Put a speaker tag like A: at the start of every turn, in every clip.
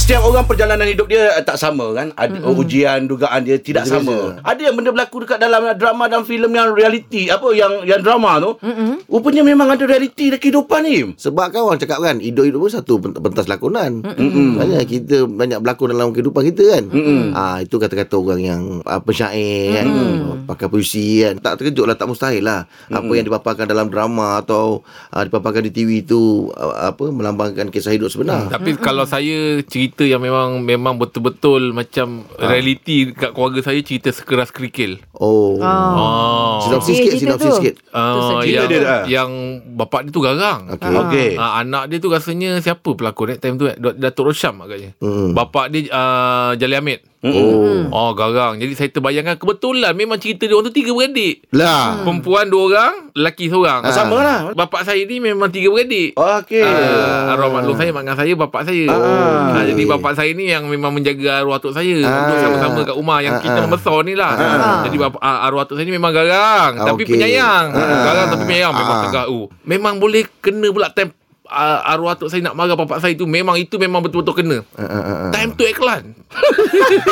A: Setiap orang perjalanan hidup dia eh, tak sama kan. Ada mm-hmm. ujian, dugaan dia tidak Betul sama. Ada yang benda berlaku dekat dalam eh, drama dan filem yang reality, apa yang yang drama tu. Mm-hmm. Rupanya memang ada reality dalam kehidupan ni.
B: Sebab kan orang cakap kan Hidup-hidup pun satu pent- pentas lakonan mm Banyak kita Banyak berlakon dalam kehidupan kita kan mm ha, Itu kata-kata orang yang uh, Penyair kan Pakar puisi kan Tak terkejut lah Tak mustahil lah Apa yang dipaparkan dalam drama Atau uh, Dipaparkan di TV itu uh, Apa Melambangkan kisah hidup
A: Mm.
B: sebenar
C: Tapi mm-hmm. kalau saya cerita yang memang memang betul-betul macam ha. realiti kat keluarga saya cerita sekeras kerikil.
B: Oh
C: Oh.
D: Ah, Okey,
B: Sinopsis sikit
D: cerita
B: Sinopsis
D: tu.
B: sikit
C: Ah,
A: Cerita
C: yang,
A: dia dah.
C: yang bapak dia tu garang.
B: Okey.
A: Okey.
C: Ah, anak dia tu rasanya siapa pelakon eh time tu eh? Dat- Datuk Rosham agaknya.
B: Hmm.
C: Bapak dia ah, Jalil Hamid.
B: Oh
C: Oh garang. Jadi saya terbayangkan kebetulan memang cerita dia orang tu tiga beradik.
B: Lah
C: Perempuan dua orang, lelaki seorang.
A: Ha. Sama Oh, lah.
C: Bapak saya ni memang tiga beradik.
A: Okey.
C: Ah, arwah maklum saya Mak saya Bapak saya ah, Jadi bapak saya ni Yang memang menjaga Arwah atuk saya ah, Untuk sama-sama kat rumah Yang kita membesar ni lah ah, Jadi bapak, ah, arwah atuk saya ni Memang garang
B: Ah,
C: Tapi
B: okey.
C: penyayang
B: Ah.
C: Garang tapi penyayang Memang
B: Ah.
C: tegak oh. Memang boleh Kena pula time ah, Arwah atuk saya nak marah Bapak saya tu Memang itu memang betul-betul kena
B: Ah.
C: Time tu iklan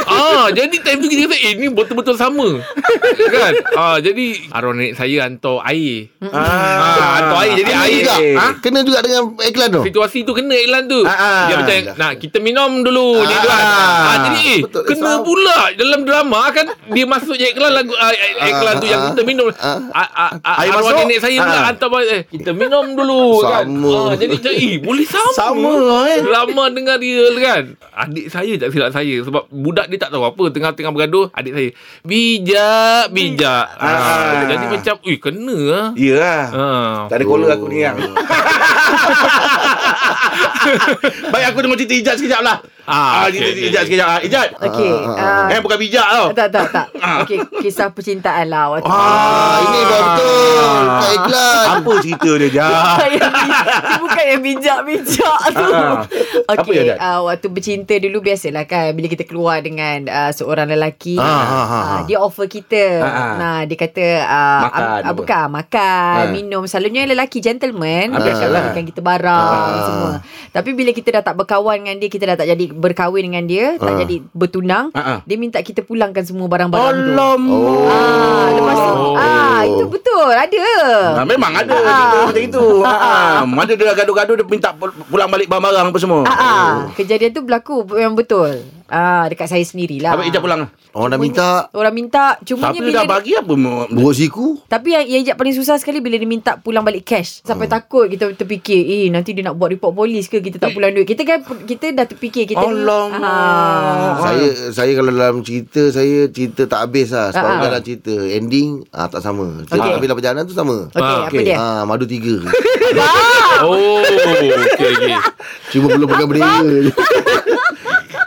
C: ah, Jadi time tu kita kata Eh ni betul-betul sama Kan ah, Jadi Arwah nenek saya hantar air ah, Hantar air Jadi
B: Kena
C: air
B: juga
C: Ah,
B: Kena juga dengan iklan tu
C: Situasi tu kena iklan tu.
A: Oh. Ah, ah.
C: Dia macam nak kita minum dulu dia tu kan.
A: Ah.
C: Ah, jadi eh,
B: Betul,
C: kena
B: sama.
C: pula dalam drama kan dia masuk je iklan lagu ah, eh, iklan tu yang kita minum. Ah, ah, ah,
A: Air
C: arwah
A: masuk?
C: nenek saya pula
A: Ah.
C: hantar balik, eh, kita minum dulu kan.
B: Sama.
C: Ah, jadi macam eh boleh sama.
A: Sama, eh.
C: Drama dengan real kan. Adik saya tak silap saya sebab budak dia tak tahu apa tengah-tengah bergaduh adik saya bijak bijak. Ah,
A: Ah. Ya.
C: jadi macam eh kena ah.
A: Iyalah.
C: Ah.
A: Tak ada kola aku ni ya. yang.
B: Oh.
A: Baik aku dengar cerita Ijat sekejap lah.
C: Ah,
A: Ah,
C: okey,
A: cerita
C: okey,
A: Ijat sekejap. Ah, Ijat.
D: Okey. Uh,
A: Eh Ah. bukan bijak tau.
D: tak tak tak. Okey, kisah percintaan lah waktu.
B: Ah, Ini dah betul Tak iklan
A: Ah. Apa cerita dia Jat?
D: Bukan yang bi- dia bukan yang bijak-bijak tu.
A: Ah, ah. Apa
D: Okey,
A: dia, Dan?
D: uh, waktu bercinta dulu biasalah kan bila kita keluar dengan uh, seorang lelaki,
B: Ah, ah, ah,
D: uh,
B: ah.
D: dia offer kita.
A: Ah, ah.
D: Nah, dia kata uh,
A: Makan
D: ab-
A: apa?
D: ah, bukan makan,
A: Ah.
D: minum. Selalunya lelaki gentleman
A: Ah,
D: dia akan
A: biasalah.
D: belikan kita barang
B: Ah.
D: semua. Tapi bila kita dah tak berkawan dengan dia, kita dah tak jadi berkahwin dengan dia, tak
B: Ah.
D: jadi bertunang,
A: Ah, ah.
D: dia minta kita pulangkan semua barang-barang tu.
A: Alamak.
D: Ah, lepas tu
C: Oh.
D: ah itu betul ada.
A: Ah, memang ada cerita macam itu. Ah, mana dia gaduh-gaduh dia minta pul- pulang balik barang-barang apa semua. Oh.
D: Ah, ah. kejadian tu berlaku yang betul. Ah dekat saya sendirilah.
A: Abang Ijat pulang.
B: Orang dah minta
D: Orang minta cuma
A: Tapi
D: bila
A: dah bagi apa? mu-
B: Buruk siku
D: tapi yang, yang Ijat paling susah sekali bila dia minta pulang balik cash. Sampai
A: Hmm.
D: takut kita terfikir, eh nanti dia nak buat report polis ke kita tak pulang duit. Kita kan kita dah terfikir kita ni-
A: Alamak.
D: Ah.
B: saya saya kalau dalam cerita saya cerita tak habis lah sebab
D: Ah, ah.
B: dalam cerita ending ah tak sama
D: Okey.
B: cerita okay. habis dalam perjalanan tu sama
D: Okey,
C: Ah,
D: apa
A: okey.
D: dia?
B: ah madu tiga
C: Oh, okey okey.
B: cuma belum pegang bendera je.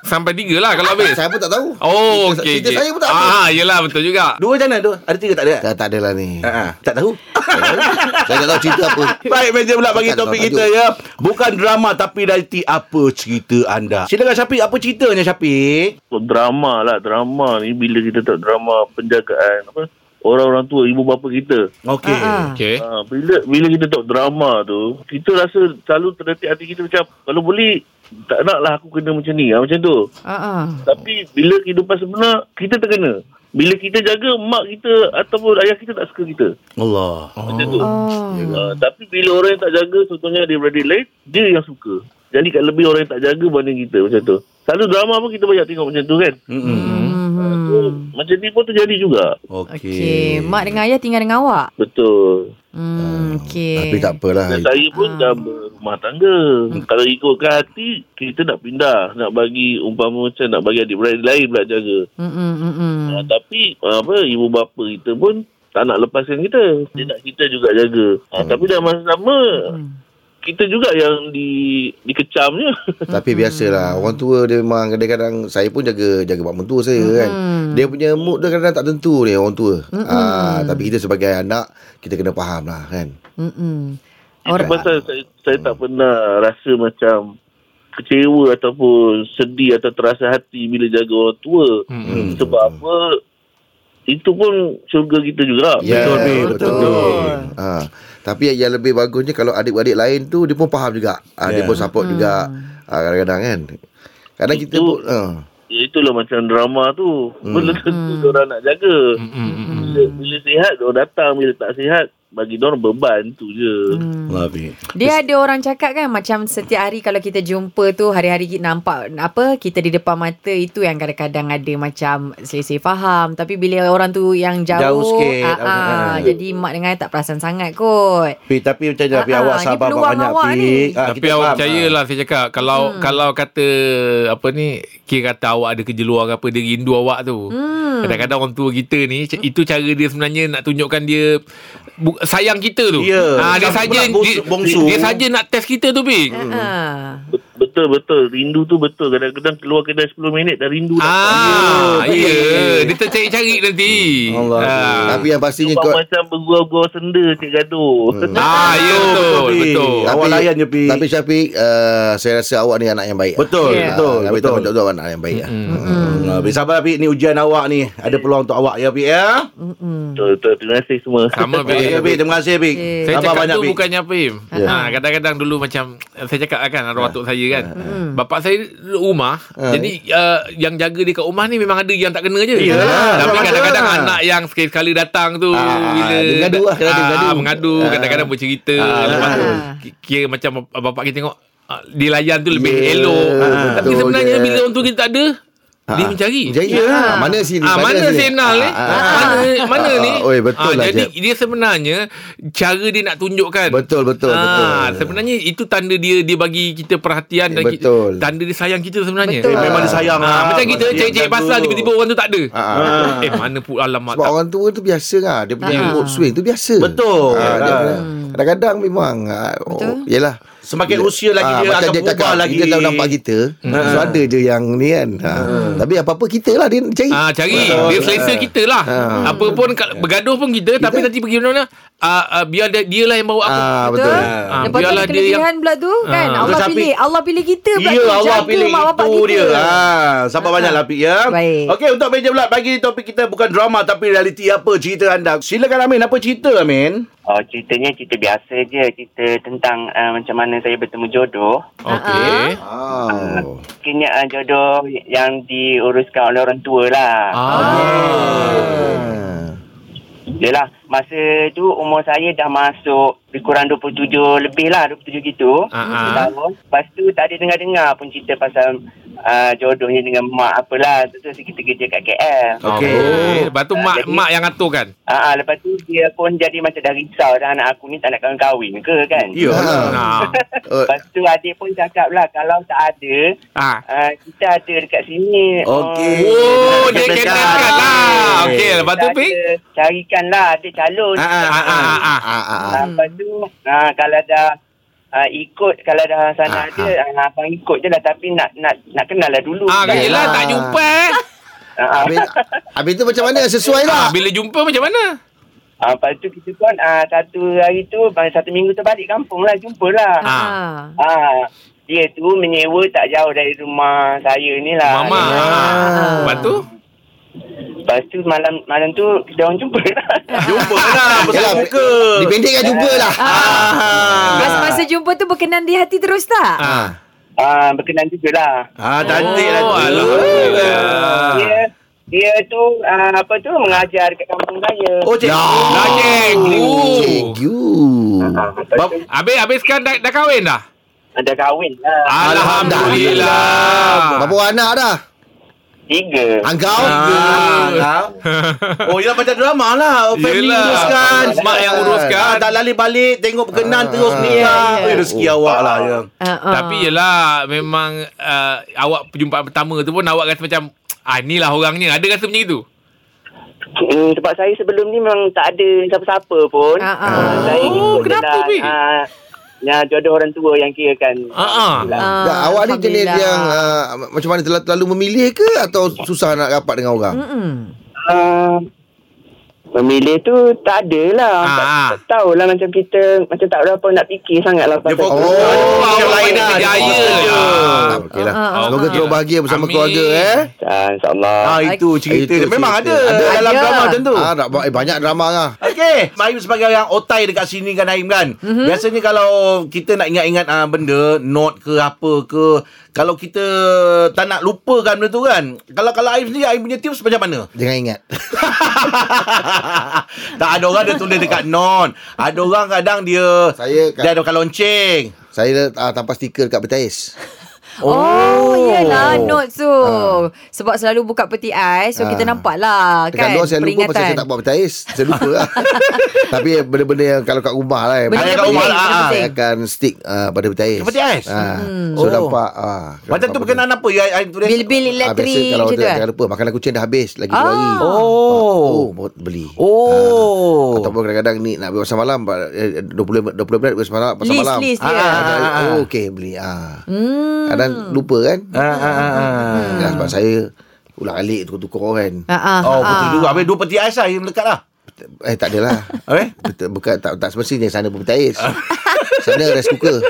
C: Sampai tiga lah kalau habis.
B: saya pun tak tahu
C: Oh,
B: Cerita-
C: okey.
B: cerita
C: okey.
B: saya pun tak apa.
C: Ah, yelah betul juga.
A: Dua macam mana? Dua? Ada tiga tak ada?
B: dah tak adalah ni
A: Ah, ah. tak tahu.
B: saya tak tahu cerita apa
A: Baik meja pula bagi
B: Bukan
A: topik
B: tahu
A: kita ya. Bukan drama tapi realiti apa cerita anda. Silakan Syafiq, apa ceritanya Syafiq?
E: So, drama lah drama ni bila kita tak drama penjagaan apa orang-orang tua ibu bapa kita
A: Okey.
D: Ah, ah.
C: Okey.
E: ha, bila bila kita tak drama tu kita rasa selalu terdetik hati kita macam kalau boleh tak nak lah aku kena macam ni ha, macam tu
D: Ah, ah.
E: tapi bila kehidupan sebenar kita terkena bila kita jaga mak kita ataupun ayah kita tak suka kita
A: ah. Allah.
E: macam tu
D: Oh.
E: ha, tapi bila orang yang tak jaga contohnya dia beradik lain dia yang suka jadi kat lebih orang yang tak jaga banding kita macam tu selalu drama pun kita banyak tengok macam tu kan
A: Hmm.
E: So, macam ni pun terjadi juga
D: Okey,
A: Okey.
D: mak dengan ayah tinggal dengan awak.
E: Betul.
A: Ah,
D: Hmm, okey.
B: tapi tak apalah
E: Dan saya pun dah berumah tangga. Kalau ikutkan hati, kita nak pindah. Nak bagi, umpama macam nak bagi adik-beradik lain pula jaga.
D: Hmm, hmm, hmm, hmm.
E: Ha, tapi, apa, ibu bapa kita pun tak nak lepaskan kita. Dia nak kita juga jaga. Ha, Tapi dalam masa sama, kita juga yang di dikecamnya.
B: tapi biasalah orang tua dia memang kadang-kadang saya pun jaga jaga mak mentua saya kan dia punya mood dia kadang-kadang tak tentu ni orang tua ah tapi kita sebagai anak kita kena faham lah kan
D: Hmm, hmm.
E: Itu
D: Orang
E: pasal saya, saya tak pernah rasa macam kecewa ataupun sedih atau terasa hati bila jaga orang tua.
C: Hmm.
E: Sebab apa itu pun syurga kita juga.
B: Ya,
A: Betul, babe. Eh,
B: betul.
A: Betul.
B: Ha. Tapi yang- yang lebih bagusnya kalau adik-adik lain tu dia pun faham juga. Ha, Dia
A: Ya.
B: pun support juga
C: Hmm.
B: ha, kadang-kadang kan. Kadang kita
E: Itu-
B: pun ha.
E: Ya, itulah macam drama tu.
C: Mm.
E: Belum tentu diorang nak jaga. Bila, bila sihat, diorang datang. Bila tak sihat, bagi diorang beban tu je.
C: Mm.
A: Love it.
D: Dia ada orang cakap kan macam setiap hari kalau kita jumpa tu hari-hari kita nampak apa kita di depan mata itu yang kadang-kadang ada macam selisih faham tapi bila orang tu yang jauh,
A: Jauh sikit,
D: ah,
A: apa
D: ah,
A: sangat.
D: jadi mak dengan ayah tak perasan sangat kot.
A: Pi, tapi macam mana? Pi,
D: Ah,
A: awak
D: ni
A: sabar
D: peluang
A: banyak-banyak,
D: awak
A: Pi.
D: ni.
A: Ah,
C: Tapi
A: kita faham.
C: awak percayalah saya cakap kalau hmm. kalau kata apa ni kira kata awak ada kerja luar ke apa dia rindu awak tu. Hmm. Kadang-kadang orang tua kita ni c- itu cara dia sebenarnya nak tunjukkan dia bu, sayang kita tu.
A: Ya.
C: Ah, dia
A: Sampai
C: saja
A: pula bongsu-
C: dia,
A: bongsu.
C: dia saja nak test kita tu Bing.
D: Hmm. Ah.
E: Bet- Betul-betul. Rindu tu betul. Kadang-kadang keluar kedai 10 minit dah rindu.
C: Ah,
A: Ya,
C: ya.
A: betul.
C: Dia tercari-cari nanti.
A: Allah.
C: Ah.
B: Tapi yang pastinya
E: Nampak
B: kau
E: macam bergurau-gurau senda Cik Gaduh.
C: Ah, ya betul,
A: Pi.
C: betul.
B: Tapi-
A: Awak layan je, Pi.
B: Tapi Syafiq uh, Saya rasa awak ni anak yang baik
A: Betul,
D: Yeah.
A: betul,
B: Ah, Kami
A: betul.
B: tahu betul awak anak yang baik lah.
A: Hmm. Pi, sabar, Pi. Ni ujian awak ni. Ada peluang untuk awak ya, Pi, ya?
E: Betul-betul. Terima kasih semua.
C: Sama
A: Okey,
C: Bing.
A: Pi. Terima kasih, Pi.
D: Okey.
C: Saya
A: Sabar
C: cakap
A: banyak,
C: tu
A: Pi.
C: bukannya apa Im.
D: Ya.
C: Ha, kadang-kadang dulu macam eh, saya cakap lah kan
B: Ya.
C: arwah atuk saya kan. Bapak saya duduk rumah. Jadi uh, yang jaga dia kat rumah ni memang ada yang tak kena je.
B: Ya,
A: Iyalah,
C: Tapi
A: sama-sama.
C: kadang-kadang anak yang sekali-sekali datang tu
B: Ah,
C: bila
B: dia mengadu lah, kadang-kadang
C: Ah,
B: mengadu.
C: mengadu,
B: Ah.
C: kadang-kadang bercerita.
A: Ah.
C: Lepas tu
D: Ah.
C: ki- kira macam bap- bapak kita tengok ah, dia layan tu lebih
B: Ya,
C: elok.
B: betul
C: Tapi sebenarnya
B: je.
C: bila orang tu kita tak ada dia mencari.
B: Jadi ah, Mana sini
C: Ah, mana Senal ni?
B: Ah, ah,
C: Mana
B: ah,
C: mana
B: ah,
C: ni?
B: ah, Oi betul lah
C: Jadi
B: Jeb.
C: dia sebenarnya cara dia nak tunjukkan.
B: Betul betul betul.
C: Ah, sebenarnya itu tanda dia dia bagi kita perhatian dan Kita,
B: Betul.
C: tanda dia sayang kita sebenarnya.
D: Betul.
A: Eh, memang dia sayang lah.
C: Ah, macam kita
A: Masih
C: cek-cek
A: macam
C: pasal
A: tu.
C: tiba-tiba orang tu tak ada.
B: Ah, ah.
C: Eh mana pula alamat
B: Sebab
C: tak.
B: orang tua tu biasa lah Dia punya
D: Ah.
B: mood swing tu biasa
A: Betul.
B: Ah, dia
A: Ah.
B: punya-
C: Hmm.
B: Kadang-kadang memang ah,
D: Betul.
B: oh, Yelah
A: Semakin usia lagi
B: Ah,
A: dia
B: macam
A: akan berubah lagi. Hmm.
B: Kita tahu nampak kita So ada je yang ni kan Ah, Tapi apa-apa kita lah Dia cari
C: Ah cari dia selesa
B: Ah.
C: kita lah. Apa pun kal-
B: Ya.
C: bergaduh pun kita, tapi nanti pergi mana-mana ah, ah, biar dia, dia lah yang bawa aku.
B: Ah,
D: Betul.
B: Betul
C: Ah,
D: Lepas tu
C: biarlah
D: ada
C: dia
D: kelebihan pula tu kan.
C: Ah.
D: Allah
A: Betul,
D: pilih,
A: tapi-
D: Allah pilih kita pula
A: Ya
D: tu.
A: Allah
D: Jaga
A: pilih
D: mak bapak
A: itu
D: kita. Ah.
A: dia ha, Sabar banyak lah Pik ya
C: Ah,
D: Baik.
A: Okey untuk meja pula Pagi ni topik kita bukan drama Tapi realiti apa cerita anda Silakan Amin Apa cerita Amin
F: Oh, ceritanya cerita biasa je. Cerita tentang uh, macam mana saya bertemu jodoh.
C: Okey.
B: Oh.
F: Akhirnya uh, jodoh yang diuruskan oleh orang tua lah.
C: Ah.
B: Ah.
F: Yelah, masa tu umur saya dah masuk lebih kurang 27 lebih lah, 27 gitu.
C: Ah, ah.
F: Tahun. Lepas tu tak ada dengar-dengar pun cerita pasal uh, jodohnya dengan mak apalah. Tu tu kita kerja kat KL.
C: Oh.
A: Okey.
C: Okey. Lepas tu Ah, mak
F: Jadi-
C: mak yang atur kan.
F: Ah, ah, lepas tu dia pun jadi macam dah risau dah anak aku ni tak nak kahwin ke kan.
A: Ya
B: Ah.
C: Ah.
B: Oh,
F: Lepas tu adik pun cakap lah kalau tak ada
C: Ah.
F: Uh, kita ada dekat sini. Ah.
A: Okey.
C: Oh, dia
A: Dia dekat.
C: kenalkan lah. Okey, lepas tu Pink.
F: Carikan lah ada calon.
A: Ah, ah,
C: Ah, ah, ah.
B: ah, ah, ah.
F: Ah, lepas tu ah, kalau dah ah, ikut kalau dah sana
B: Ah,
F: ada ah, abang ikut je lah tapi nak nak nak kenal lah dulu.
C: Ah,
F: Kan?
C: yelah tak jumpa. eh.
F: Ah, ah.
B: Habis, habis tu macam mana? Sesuai lah.
C: Ah,
B: tak?
C: bila jumpa macam mana?
F: Ah, lepas tu kita pun ah, satu hari tu bang- satu minggu tu balik kampung lah jumpa lah.
C: Ah.
F: Ah.
D: Ah.
F: dia tu menyewa tak jauh dari rumah saya ni lah.
C: Mama.
F: Ya.
C: Ah. Lepas tu?
F: Lepas tu malam malam tu kita orang jumpa lah.
A: Jumpa lah Besar
B: Yalah,
A: muka
B: Dipendekkan jumpa lah.
A: Ah.
B: Ah.
D: Mas masa Ah. jumpa tu berkenan di hati terus tak?
C: Ah.
F: Ah, berkenan jugalah.
A: Ah, cantik lah tu.
C: Oh, alhamdulillah.
F: Dia dia tu uh, apa tu mengajar dekat kampung saya.
A: Oh, cik.
C: Dah cikgu.
B: Cikgu.
F: Ah, lepas tu,
C: Uh. Habis habis sekarang dah, dah kahwin dah?
F: ada kahwin lah.
C: Alhamdulillah.
B: Berapa orang anak dah?
F: Tiga.
B: Angkau?
A: Ah, oh, ialah macam drama lah. Family
C: Yelah.
A: uruskan.
C: Mak yang uruskan.
A: Ah, tak lalik balik, tengok berkenan terus
D: Ya,
A: nikah.
D: ya.
A: Eh, rezeki awak lah ya.
D: Ah, ah.
C: Tapi yelah memang uh, awak perjumpaan pertama tu pun awak rasa macam ah inilah orangnya. Ada rasa macam itu?
F: Hmm, sebab saya sebelum ni memang tak ada siapa-siapa pun.
D: Ah, ah.
F: saya
C: Oh,
F: ikut
C: kenapa,
F: jalan,
C: Pi?
F: ah, yang jodoh orang tua yang kira kan.
C: Ah, ah.
D: Ah,
B: Dah, awak ni jenis
D: Alhamdulillah.
B: yang uh, macam mana
D: Hmm.
G: Ah,
B: terlalu, terlalu memilih ke atau susah nak rapat dengan orang?
D: Mm-mm.
F: Uh,
H: Memilih tu tak ada lah. Tak,
C: Ah.
H: tak tahulah macam kita, macam tak berapa nak fikir sangat lah.
A: Dia
H: pasal-
A: fokus
B: Oh,
A: oh,
C: orang
A: yang lain lah.
C: berjaya.
A: Dia
C: Ah.
B: Ah, Okeylah.
D: Ah, ah,
B: Semoga
C: ah.
B: terus bahagia bersama
C: Amin.
B: keluarga eh.
H: Ah, InsyaAllah.
A: Ah, itu cerita. dia.
B: Itu
A: Memang
B: cerita.
A: ada,
B: Ada.
A: dalam
D: Ada.
A: drama macam tu.
B: Ah, nak buat- eh, banyak drama lah.
A: Okey, Maim sebagai orang otai dekat sini kan Naim kan. Mm-hmm. Biasanya kalau kita nak ingat-ingat uh, benda, note ke apa ke, kalau kita tak nak lupakan benda tu kan. Kalau kalau Aim sendiri Aim punya tips macam mana?
B: Jangan ingat.
A: tak ada orang dia tulis dekat note. Ada orang kadang dia
B: Saya kat-
A: dia ada kat lonceng.
B: Saya ah, tampal stiker dekat petais.
D: Oh, yelah notes tu. Sebab selalu buka peti ais, so kita
B: Ah.
D: nampak lah kan
B: Dekat luar saya lupa pasal saya tak buat petais. Saya lupa lah. Tapi benda-benda yang kalau kat rumah lah. eh,
D: Benda
A: Ada
D: yang
A: kat
D: penting,
A: rumah lah,
D: benda
A: ah,
D: penting. Hmm.
B: Saya akan stick ah, pada petais.
A: Ke petais?
B: Ah. So
A: Oh.
B: nampak. ah,
A: Macam tu
B: nampak
A: berkenaan apa ya Aim tulis?
D: Bil-bil
B: benda. Ah, biasa
D: elektrik
B: kalau
D: macam tu
B: tak-
D: kan?
B: jangan lupa makanan kucing dah habis lagi dua
D: Ah.
B: hari.
A: Oh.
B: Oh, baru beli.
A: Oh.
B: Ah. Ataupun kadang-kadang ni nak pasal malam eh, 20 20 minit pasal malam pasal
D: List,
B: malam.
D: list
A: dia.
B: Ah, oh, okey beli. Ah.
D: Hmm.
B: Kadang lupa kan?
A: Ah, ah, ah, ah.
B: Hmm. Sebab saya ulang-alik tukar-tukar kan.
D: Ah, ah,
A: Oh, betul
D: ah.
A: juga. Habis dua peti ais lah yang lekat lah.
B: Eh tak adalah.
A: Eh?
B: Betul, bukan tak tak semestinya sana pun petais. sana rice cooker.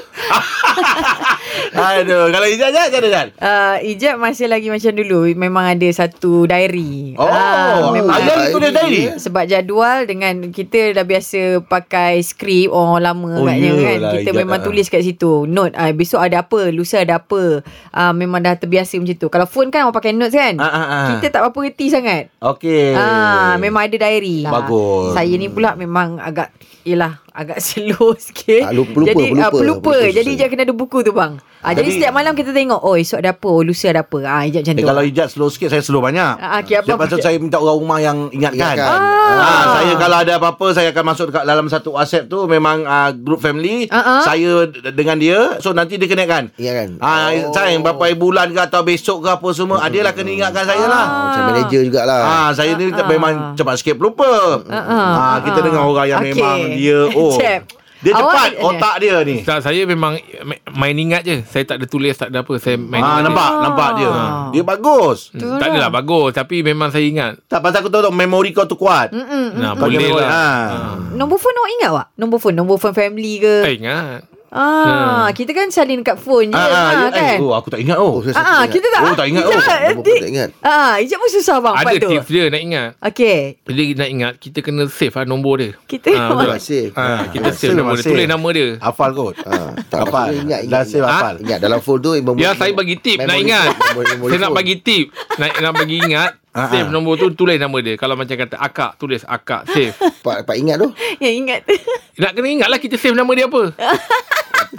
A: Aduh, kalau Ijaz, Ijaz, macam mana, Ijaz?
D: Uh, Ijab masih lagi macam dulu Memang ada satu diary
A: Oh,
D: Ah, memang
A: ada
B: ada
A: tulis diary.
B: diary.
D: Sebab jadual dengan kita dah biasa pakai skrip orang lama
A: Oh,
D: agaknya kan.
A: yelah,
D: Kita
A: Ijat
B: ah.
D: memang
A: lah.
D: tulis kat situ. Note ah besok ada apa, lusa ada apa. Ah memang dah terbiasa macam tu. Kalau phone kan orang pakai notes kan.
A: Ah, ah, ah.
D: Kita tak berapa reti sangat.
A: Okey.
D: Ah memang ada diary lah.
A: Hmm. Bagus.
D: Saya ni pula memang agak Yelah Agak slow sikit
B: Ah, lupa- lupa,
D: Jadi ah,
B: pelupa.
D: pelupa,
B: Pelupa
D: Jadi
B: susah.
D: Ijat kena ada buku tu bang ah, jadi,
A: Jadi-
D: setiap malam kita tengok Oh esok ada apa Oh lusa ada apa ah, Ijat macam
A: Eh,
D: tu
A: kalau Ijaz slow sikit, saya slow banyak.
D: Ah, okey, apa-
A: Sebab tu saya minta orang rumah yang ingatkan.
B: Ingatkan.
A: Ah. saya kalau ada apa-apa, saya akan masuk dekat dalam satu WhatsApp tu. Memang ah, group family.
D: Ah, ah.
A: Saya d- dengan dia. So, nanti dia kenekkan.
B: Ingatkan.
A: Ah, oh. Saya berapa bulan ke atau besok ke apa semua. Ah, dia lah kena ingatkan saya
C: Ah.
A: lah.
B: Oh, macam manager jugalah.
A: Ah, saya ni tak memang cepat sikit pelupa. Ah, kita
D: ah.
A: dengan orang yang
D: Okey.
A: memang dia oh.
D: Jeb,
A: Dia
D: awak
A: cepat
D: ada-
A: otak dia ni.
C: Tak, saya memang ma- main ingat je. Saya tak ada tulis, tak ada apa. Saya main
A: Ah,
C: ingat
A: nampak, nampak dia.
D: Ah.
A: Dia bagus.
C: je. Hmm, tak adalah bagus. Tapi memang saya ingat.
A: Tak pasal aku tahu tak, memori kau tu kuat.
C: Nah,
A: Kau
C: boleh
A: memori-
C: lah.
A: ah.
D: Nombor phone awak ingat tak? Nombor phone Nombor phone family ke
C: Saya ingat.
D: Ah,
C: Hmm.
D: kita kan salin dekat phone je
A: Ah, ah,
D: ah,
A: ya, eh,
D: kan.
A: oh, aku tak ingat oh.
B: saya
D: Ah, ah,
B: ingat.
D: kita tak.
A: Oh, tak ingat,
D: Ijab,
A: oh.
B: Nombor pun tak ingat.
D: Ah, ijab pun susah bang
C: Ada
D: part tu.
C: tips dia nak ingat.
D: Okey.
C: Bila nak ingat, kita kena save lah nombor dia.
D: Kita
C: Ah, betul.
B: Terima kasih.
C: Ah, kita
A: Save
C: save nama dia.
A: masih.
C: Tulis nama dia.
A: Hafal kot.
B: Ah, tak
A: Hafal.
B: apa. Ingat,
A: Dah
B: ingat,
A: save
B: ingat.
A: hafal.
B: Ingat dalam phone tu memori-
C: Ya, saya bagi tip nak
B: memory
C: ingat.
B: phone, memory- memory
C: Saya nak
B: phone.
C: bagi tip. Nak, nak bagi ingat.
A: Ah,
C: Save
A: ah.
C: nombor tu Tulis nama dia Kalau macam kata Akak Tulis akak Save
B: Pak, pak ingat tu.
D: yang ingat.
C: Nak kena ingat lah Kita save nama dia apa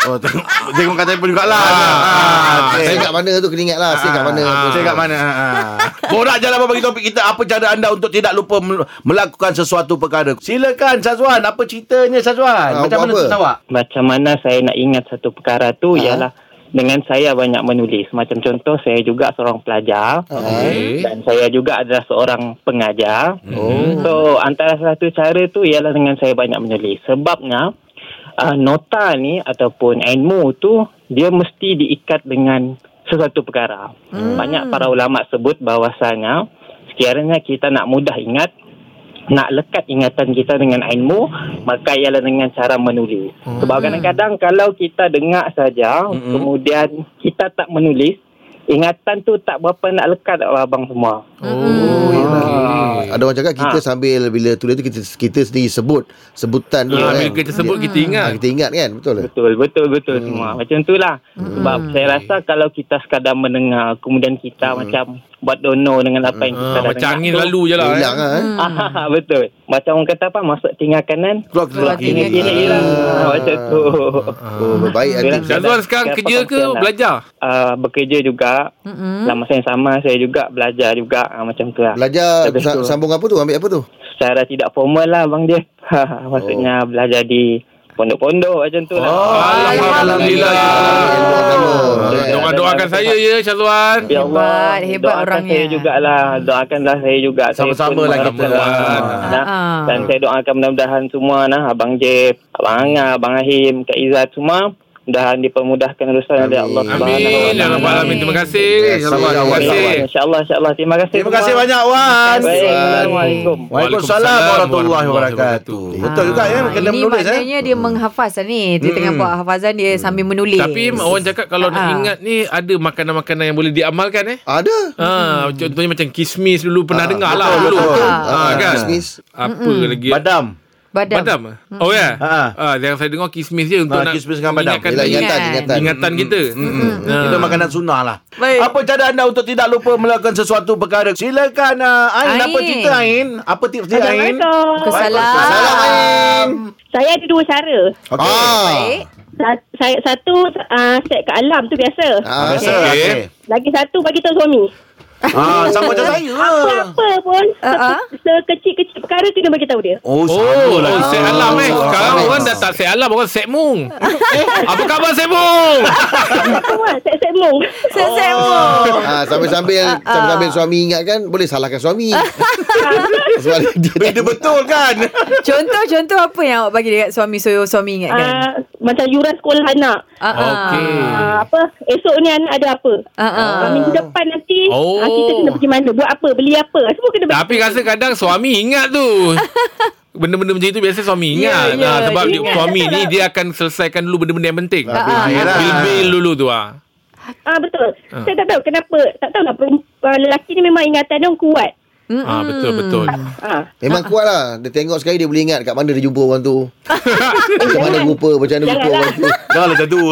A: Oh, tengok, tengok kata pun juga lah.
C: Ah,
B: Saya kat mana tu kena ingat lah. Saya kat mana. tu.
A: Saya kat mana? Ah, ah. Borak jalan bagi topik kita apa cara anda untuk tidak lupa mel- melakukan sesuatu perkara. Silakan Sazwan, apa ceritanya Sazwan?
B: Ah,
A: Macam
B: buat
A: mana
B: apa?
A: tu awak?
H: Macam mana saya nak ingat satu perkara tu
B: Ha?
H: ialah dengan saya banyak menulis. Macam contoh saya juga seorang pelajar
C: Okay.
H: dan saya juga adalah seorang pengajar.
B: Oh.
H: So antara satu cara tu ialah dengan saya banyak menulis. Sebabnya uh, nota ni ataupun ilmu tu dia mesti diikat dengan sesuatu perkara. Banyak para ulama sebut bahawasanya sekiranya kita nak mudah ingat nak lekat ingatan kita dengan ilmu maka ialah dengan cara menulis. Sebab kadang-kadang kalau kita dengar saja kemudian kita tak menulis ingatan tu tak berapa nak lekat abang semua.
C: Oh okay.
B: Ada orang cakap kita
H: Ah.
B: sambil bila tulis tu kita kita sendiri sebut sebutan tu
C: Ah,
B: kan.
C: Bila kita sebut Kita
B: Ah,
C: ingat
B: kita ingat kan betul ke?
H: Betul, betul, betul hmm. semua. Macam tu lah. Sebab saya rasa kalau kita sekadar mendengar, kemudian kita macam buat dono dengan apa yang kita
C: Ah,
H: dah
C: Macam
H: dengar
C: angin
H: tu.
C: lalu je lah eh.
B: Hilang lah eh.
H: Ah, betul. Macam orang kata apa, masuk tinggal kanan,
A: Keluar
H: keluar tinggal
D: kiri.
H: kiri lah. Ah, Macam tu.
B: Oh, baik
H: Bila saya-
B: hati.
C: Syazwan sekarang
H: Saya
C: kerja
H: potong
C: ke
H: sialan.
C: belajar?
H: Ah, bekerja juga.
D: Mm-mm.
H: Dalam masa yang sama, saya juga belajar juga. Ah, macam tu lah.
B: Belajar
H: Betul.
B: sa- sambung apa tu? Ambil apa tu?
H: Secara tidak formal lah, bang dia. Maksudnya belajar di pondok-pondok macam tu lah.
A: Oh,
D: Alhamdulillah.
A: Alhamdulillah.
B: Ilmu agama.
C: Ah, Doa-doakan saya ya Syazwan.
H: Ya Allah,
D: Hebat, hebat
H: doakan
D: orangnya.
H: saya jugalah. Doakanlah saya juga.
A: Sama-sama lah
H: saya pun
A: kita.
H: mengharapkan
C: Ah.
H: Nah,
D: Ah.
H: dan saya doakan mudah-mudahan semua nah abang Jeb, abang Angah, abang Ahim, Kak Izzat semua
G: mudah-mudahan dipermudahkan urusan oleh Allah
C: Amin. Ya Rabbal Alamin. Terima kasih. Ya Rabbal. Terima kasih.
G: Insya-Allah insya-Allah. Terima kasih.
A: Terima kasih
G: semua.
A: banyak Wan.
G: Baik. Assalamualaikum.
A: Waalaikumsalam warahmatullahi wabarakatuh. Betul juga ya Hmm. kena
D: Ah, Ini
A: menulis eh.
D: maknanya dia menghafaz lah ni. Dia tengah buat hafazan dia sambil menulis.
C: Tapi oh, orang cakap kalau nak
D: Ah.
C: ingat ni ada makanan-makanan yang boleh diamalkan eh.
B: Ada.
C: Ha, contohnya
A: Hmm.
C: macam kismis dulu pernah dengar lah
A: Ah, betul,
C: dulu.
A: betul.
C: Ha,
B: Ah,
C: kan?
B: kismis.
C: Apa lagi?
A: Badam.
D: badam.
C: Badam. Oh ya.
A: Ha, ha.
C: Ha, yang saya dengar kismis je untuk nak
A: Ha, kismis dengan badam.
C: ingatkan
B: Yelah,
D: ingat.
B: ingatan, ingatan.
C: ingatan kita. Ha.
A: Kita makanan sunnah lah.
D: Baik.
A: Apa cara anda untuk tidak lupa melakukan sesuatu perkara? Silakan uh,
D: Ain.
A: Ain. Apa cerita Ain? Apa tips dia Ain?
I: Assalamualaikum.
D: Waalaikumsalam.
I: Saya ada dua cara.
B: Okay. Ah.
D: Baik.
I: Sa- Saya satu uh, set ke alam tu biasa.
B: Ah.
A: Biasa.
C: Okey.
A: Okay.
I: Lagi satu bagi tahu suami.
A: Ah, sama macam saya.
I: Apa-apa pun
D: Ah, ah.
I: uh-huh. sekecil-kecil perkara tu dia bagi tahu dia.
A: Oh,
C: Oh,
A: lah.
C: oh, set alam eh. Sekarang
B: alam.
C: orang dah tak set alam, orang set mung.
A: Eh?
C: Apa khabar set mung?
I: Apa lah, set-set mung.
D: Sesek
A: Oh.
D: oh.
B: Ah, sambil-sambil sambil-sambil suami ingatkan boleh salahkan suami. Sebab dia tak
A: Dia betul kan?
D: Contoh-contoh apa yang awak bagi dekat suami suruh suami ingatkan?
I: Ah, macam yuran sekolah anak.
D: Ah, ah.
C: Okey.
I: Ah, apa esok ni anak ada apa?
D: Ah, ah.
I: Ah, minggu depan nanti
C: Oh.
I: ah, kita kena pergi mana, buat apa, beli apa. Semua kena
C: Tapi rasa kadang suami ingat tu. Benda-benda macam itu biasa suami
D: Ya,
C: ingat.
D: ya,
C: Yeah, yeah, sebab
D: dia
C: dia,
I: ingat,
C: suami
I: betul
C: ni
I: lah.
C: dia akan selesaikan dulu benda-benda yang penting.
D: ah.
A: yelah.
C: Bil-bil dulu tu ah.
I: Ah betul. Saya tak tahu kenapa, tak tahulah perempuan lelaki ni memang ingatan dia kuat.
D: Mm-mm.
C: Ah betul betul.
I: Ah.
B: Memang kuat lah Dia tengok sekali dia boleh ingat Kat mana dia jumpa orang tu Macam mana rupa Macam mana rupa
I: Janganlah.
B: orang tu
A: Dah lah macam tu.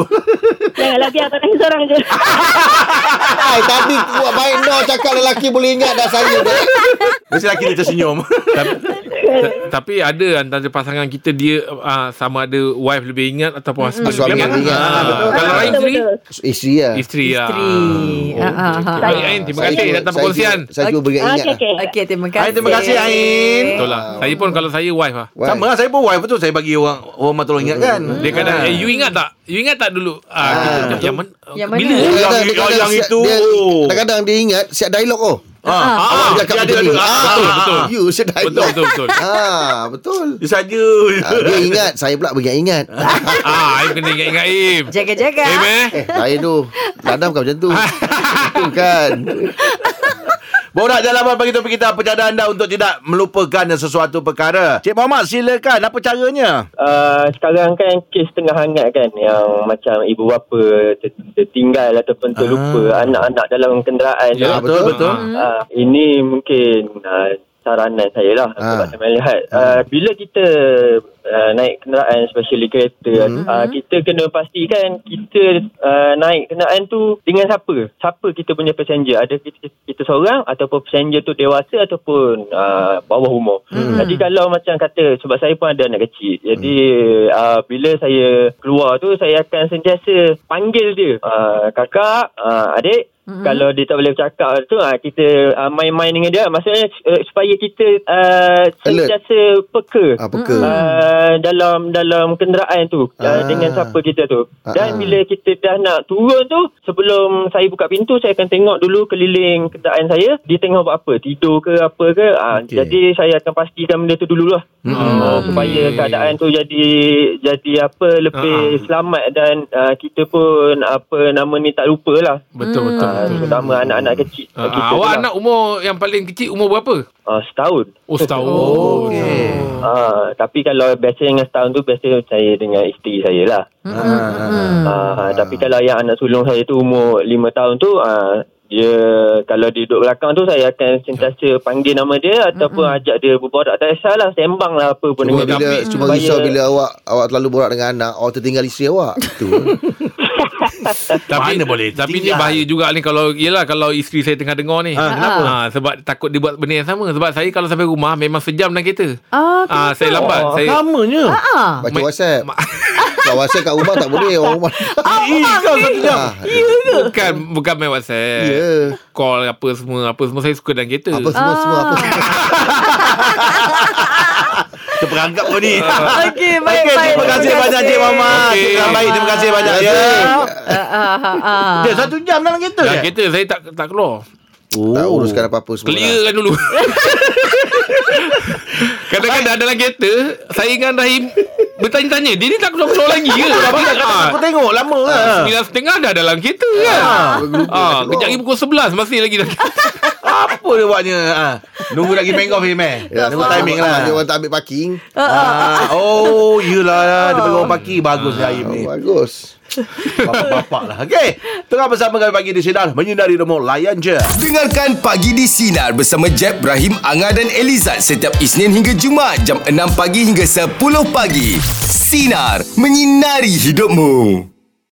I: Janganlah biar abang Rahim seorang je.
B: Hai, Tadi buat baik Noh cakap lelaki boleh ingat Dah saya tu
A: Mesti lelaki dia tersenyum.
C: tapi, ta- tapi ada antara pasangan kita dia ah, sama ada wife lebih ingat ataupun husband
B: Suami
C: lebih ingat.
B: lebih ingat.
C: Ah,
B: Ah, betul.
C: Kalau lain
I: Betul,
C: sendiri
I: betul.
B: Isteri lah
C: isteri ah.
D: Isteri. Ah, ah, ah.
C: Baik, Ain, terima kasih datang perkongsian.
B: Saya cuba beri
I: Ah,
B: ingat
I: Okey,
B: lah.
I: okey.
D: Okey, terima kasih.
A: Ain, terima kasih Ain.
C: Betul lah. Saya pun kalau saya wife ah.
B: Why?
A: Sama lah saya pun wife betul saya bagi orang orang mah tolong ingat kan.
C: Dia kadang eh, you ingat tak? You ingat tak dulu? Ah, kita, macam, yang, man,
D: Yang mana?
C: Bila?
D: Yang
A: yang-
B: Kadang-
A: yang-
B: kadang
A: yang
B: siap-
A: itu.
B: dia- Kadang-kadang dia ingat Siap dialog oh
A: Ah,
C: Ah,
B: Awak
C: dia
B: cakap
C: ada
B: macam
C: ada.
B: ni
C: Ah,
B: Ah,
C: Betul betul.
B: You siap
C: Betul
B: dialog
C: betul betul.
B: Ah, Betul
A: dia saja.
B: Ah, Dia ingat Saya pula beri ingat
C: Ah, Aim kena ingat-ingat Aim.
D: Jaga-jaga.
C: Aim eh.
B: Eh saya tu Dadam bukan macam tu Itu kan
A: Borak Jalaman bagi topik kita apa cara anda untuk tidak melupakan sesuatu perkara. Cik Muhammad silakan apa caranya?
G: Uh, sekarang kan kes tengah hangat kan yang macam ibu bapa ter- tertinggal ataupun terlupa anak-anak dalam kenderaan tu.
A: Ah,
C: Ya,
B: betul,
C: betul.
G: Uh, ini mungkin uh, saranan saya lah
B: Ah.
G: sebab saya melihat uh, bila kita uh, naik kenderaan especially kereta uh, kita kena pastikan kita uh, naik kenderaan tu dengan siapa siapa kita punya passenger ada kita, kita seorang ataupun passenger tu dewasa ataupun uh, bawah umur jadi kalau macam kata sebab saya pun ada anak kecil jadi uh, bila saya keluar tu saya akan sentiasa panggil dia uh, kakak uh, adik Mm-hmm. Kalau dia tak boleh bercakap tu ah kita ah, main-main dengan dia maksudnya uh, supaya kita uh, sentiasa peka.
B: Apa ke
I: Mm,
G: Uh, dalam dalam kenderaan tu uh,
B: Ah.
G: dengan siapa kita tu dan
B: Ah.
G: bila kita dah nak turun tu sebelum saya buka pintu saya akan tengok dulu keliling kenderaan saya dia tengah buat apa tidur ke apa ke uh,
B: Okey.
G: jadi saya akan pastikan benda tu dululah hmm. uh, supaya keadaan tu jadi jadi apa lebih
C: Ah.
G: selamat dan uh, kita pun apa nama ni tak lupalah
C: Betul betul.
G: Ah, terutama anak-anak kecil
C: Ah, ah, awak anak umur yang paling kecil umur berapa?
G: uh, setahun
C: Oh setahun.
A: Okey.
G: Ah, tapi kalau biasa dengan setahun tu biasa saya dengan isteri saya lah.
B: ah,
I: mm.
D: Mm-mm.
G: Ah, tapi kalau yang anak sulung saya tu umur lima tahun tu ah, dia kalau dia duduk belakang tu saya akan sentiasa panggil nama dia ataupun ajak dia berborak tak kisahlah sembang lah apa pun
B: Cuma
G: dengan dia.
B: bila
C: tapi-
B: cuma
G: Supaya-
B: risau bila awak awak terlalu borak dengan anak, awak tertinggal isteri awak. Tu.
C: Tapi
A: Mana boleh lah.
C: Tapi ni
A: tinggal?
C: bahaya juga ni kalau yalah kalau isteri saya tengah dengar ni. Ah, kenapa? Ah, sebab takut dia buat benda yang sama sebab saya kalau sampai rumah memang sejam dalam kereta.
D: Ah,
C: Ah, saya lambat.
A: Oh,
C: saya
A: Lamanya.
D: ah.
B: Baca
C: Ma-
B: WhatsApp.
C: ma-
B: Kat WhatsApp kat rumah tak boleh orang rumah.
A: Eh, kau satu jam.
B: Ah,
C: bukan bukan main WhatsApp.
B: Ya.
C: Call apa semua, apa semua saya suka dalam kereta.
B: Apa semua semua apa.
A: Terperangkap kau ni.
D: Okey, baik,
A: Okey,
D: baik.
A: terima kasih banyak Cik Muhammad.
C: Okey.
A: Cik baik, terima kasih banyak ya.
D: Ah, ah, ah, ah.
A: Dia satu jam dalam kereta.
C: Dalam
A: Jack?
C: kereta saya tak tak keluar.
B: Tak uruskan apa-apa semua. lah.
C: Clear kan dulu Kadang-kadang dalam kereta Saya dengan Rahim bertanya-tanya Dia ni tak keluar-keluar lagi ke Tapi
D: Ah.
B: Aku tengok lama lah
C: Sembilan setengah dah dalam kereta kan ah, Kejap lagi pukul sebelas Masih lagi dalam kereta
A: Apa dia buatnya? Ha. Nunggu nak pergi bank off ni, meh.
D: Ya,
A: Nunggu timing lah.
B: Dia orang tak ambil parking
A: Ah, oh, yelah. Dia pegang orang parking. Bagus
D: Ah.
A: lah, Aim ni.
B: oh, Bagus
A: Bapak-bapak lah. Okey. Tengah bersama kami pagi di Sinar. Menyinari Demo Layan Je.
J: Dengarkan Pagi di Sinar bersama Jeb, Ibrahim, Anga dan Elizad setiap Isnin hingga Jumaat jam 6 pagi hingga 10 pagi. Sinar. Menyinari hidupmu.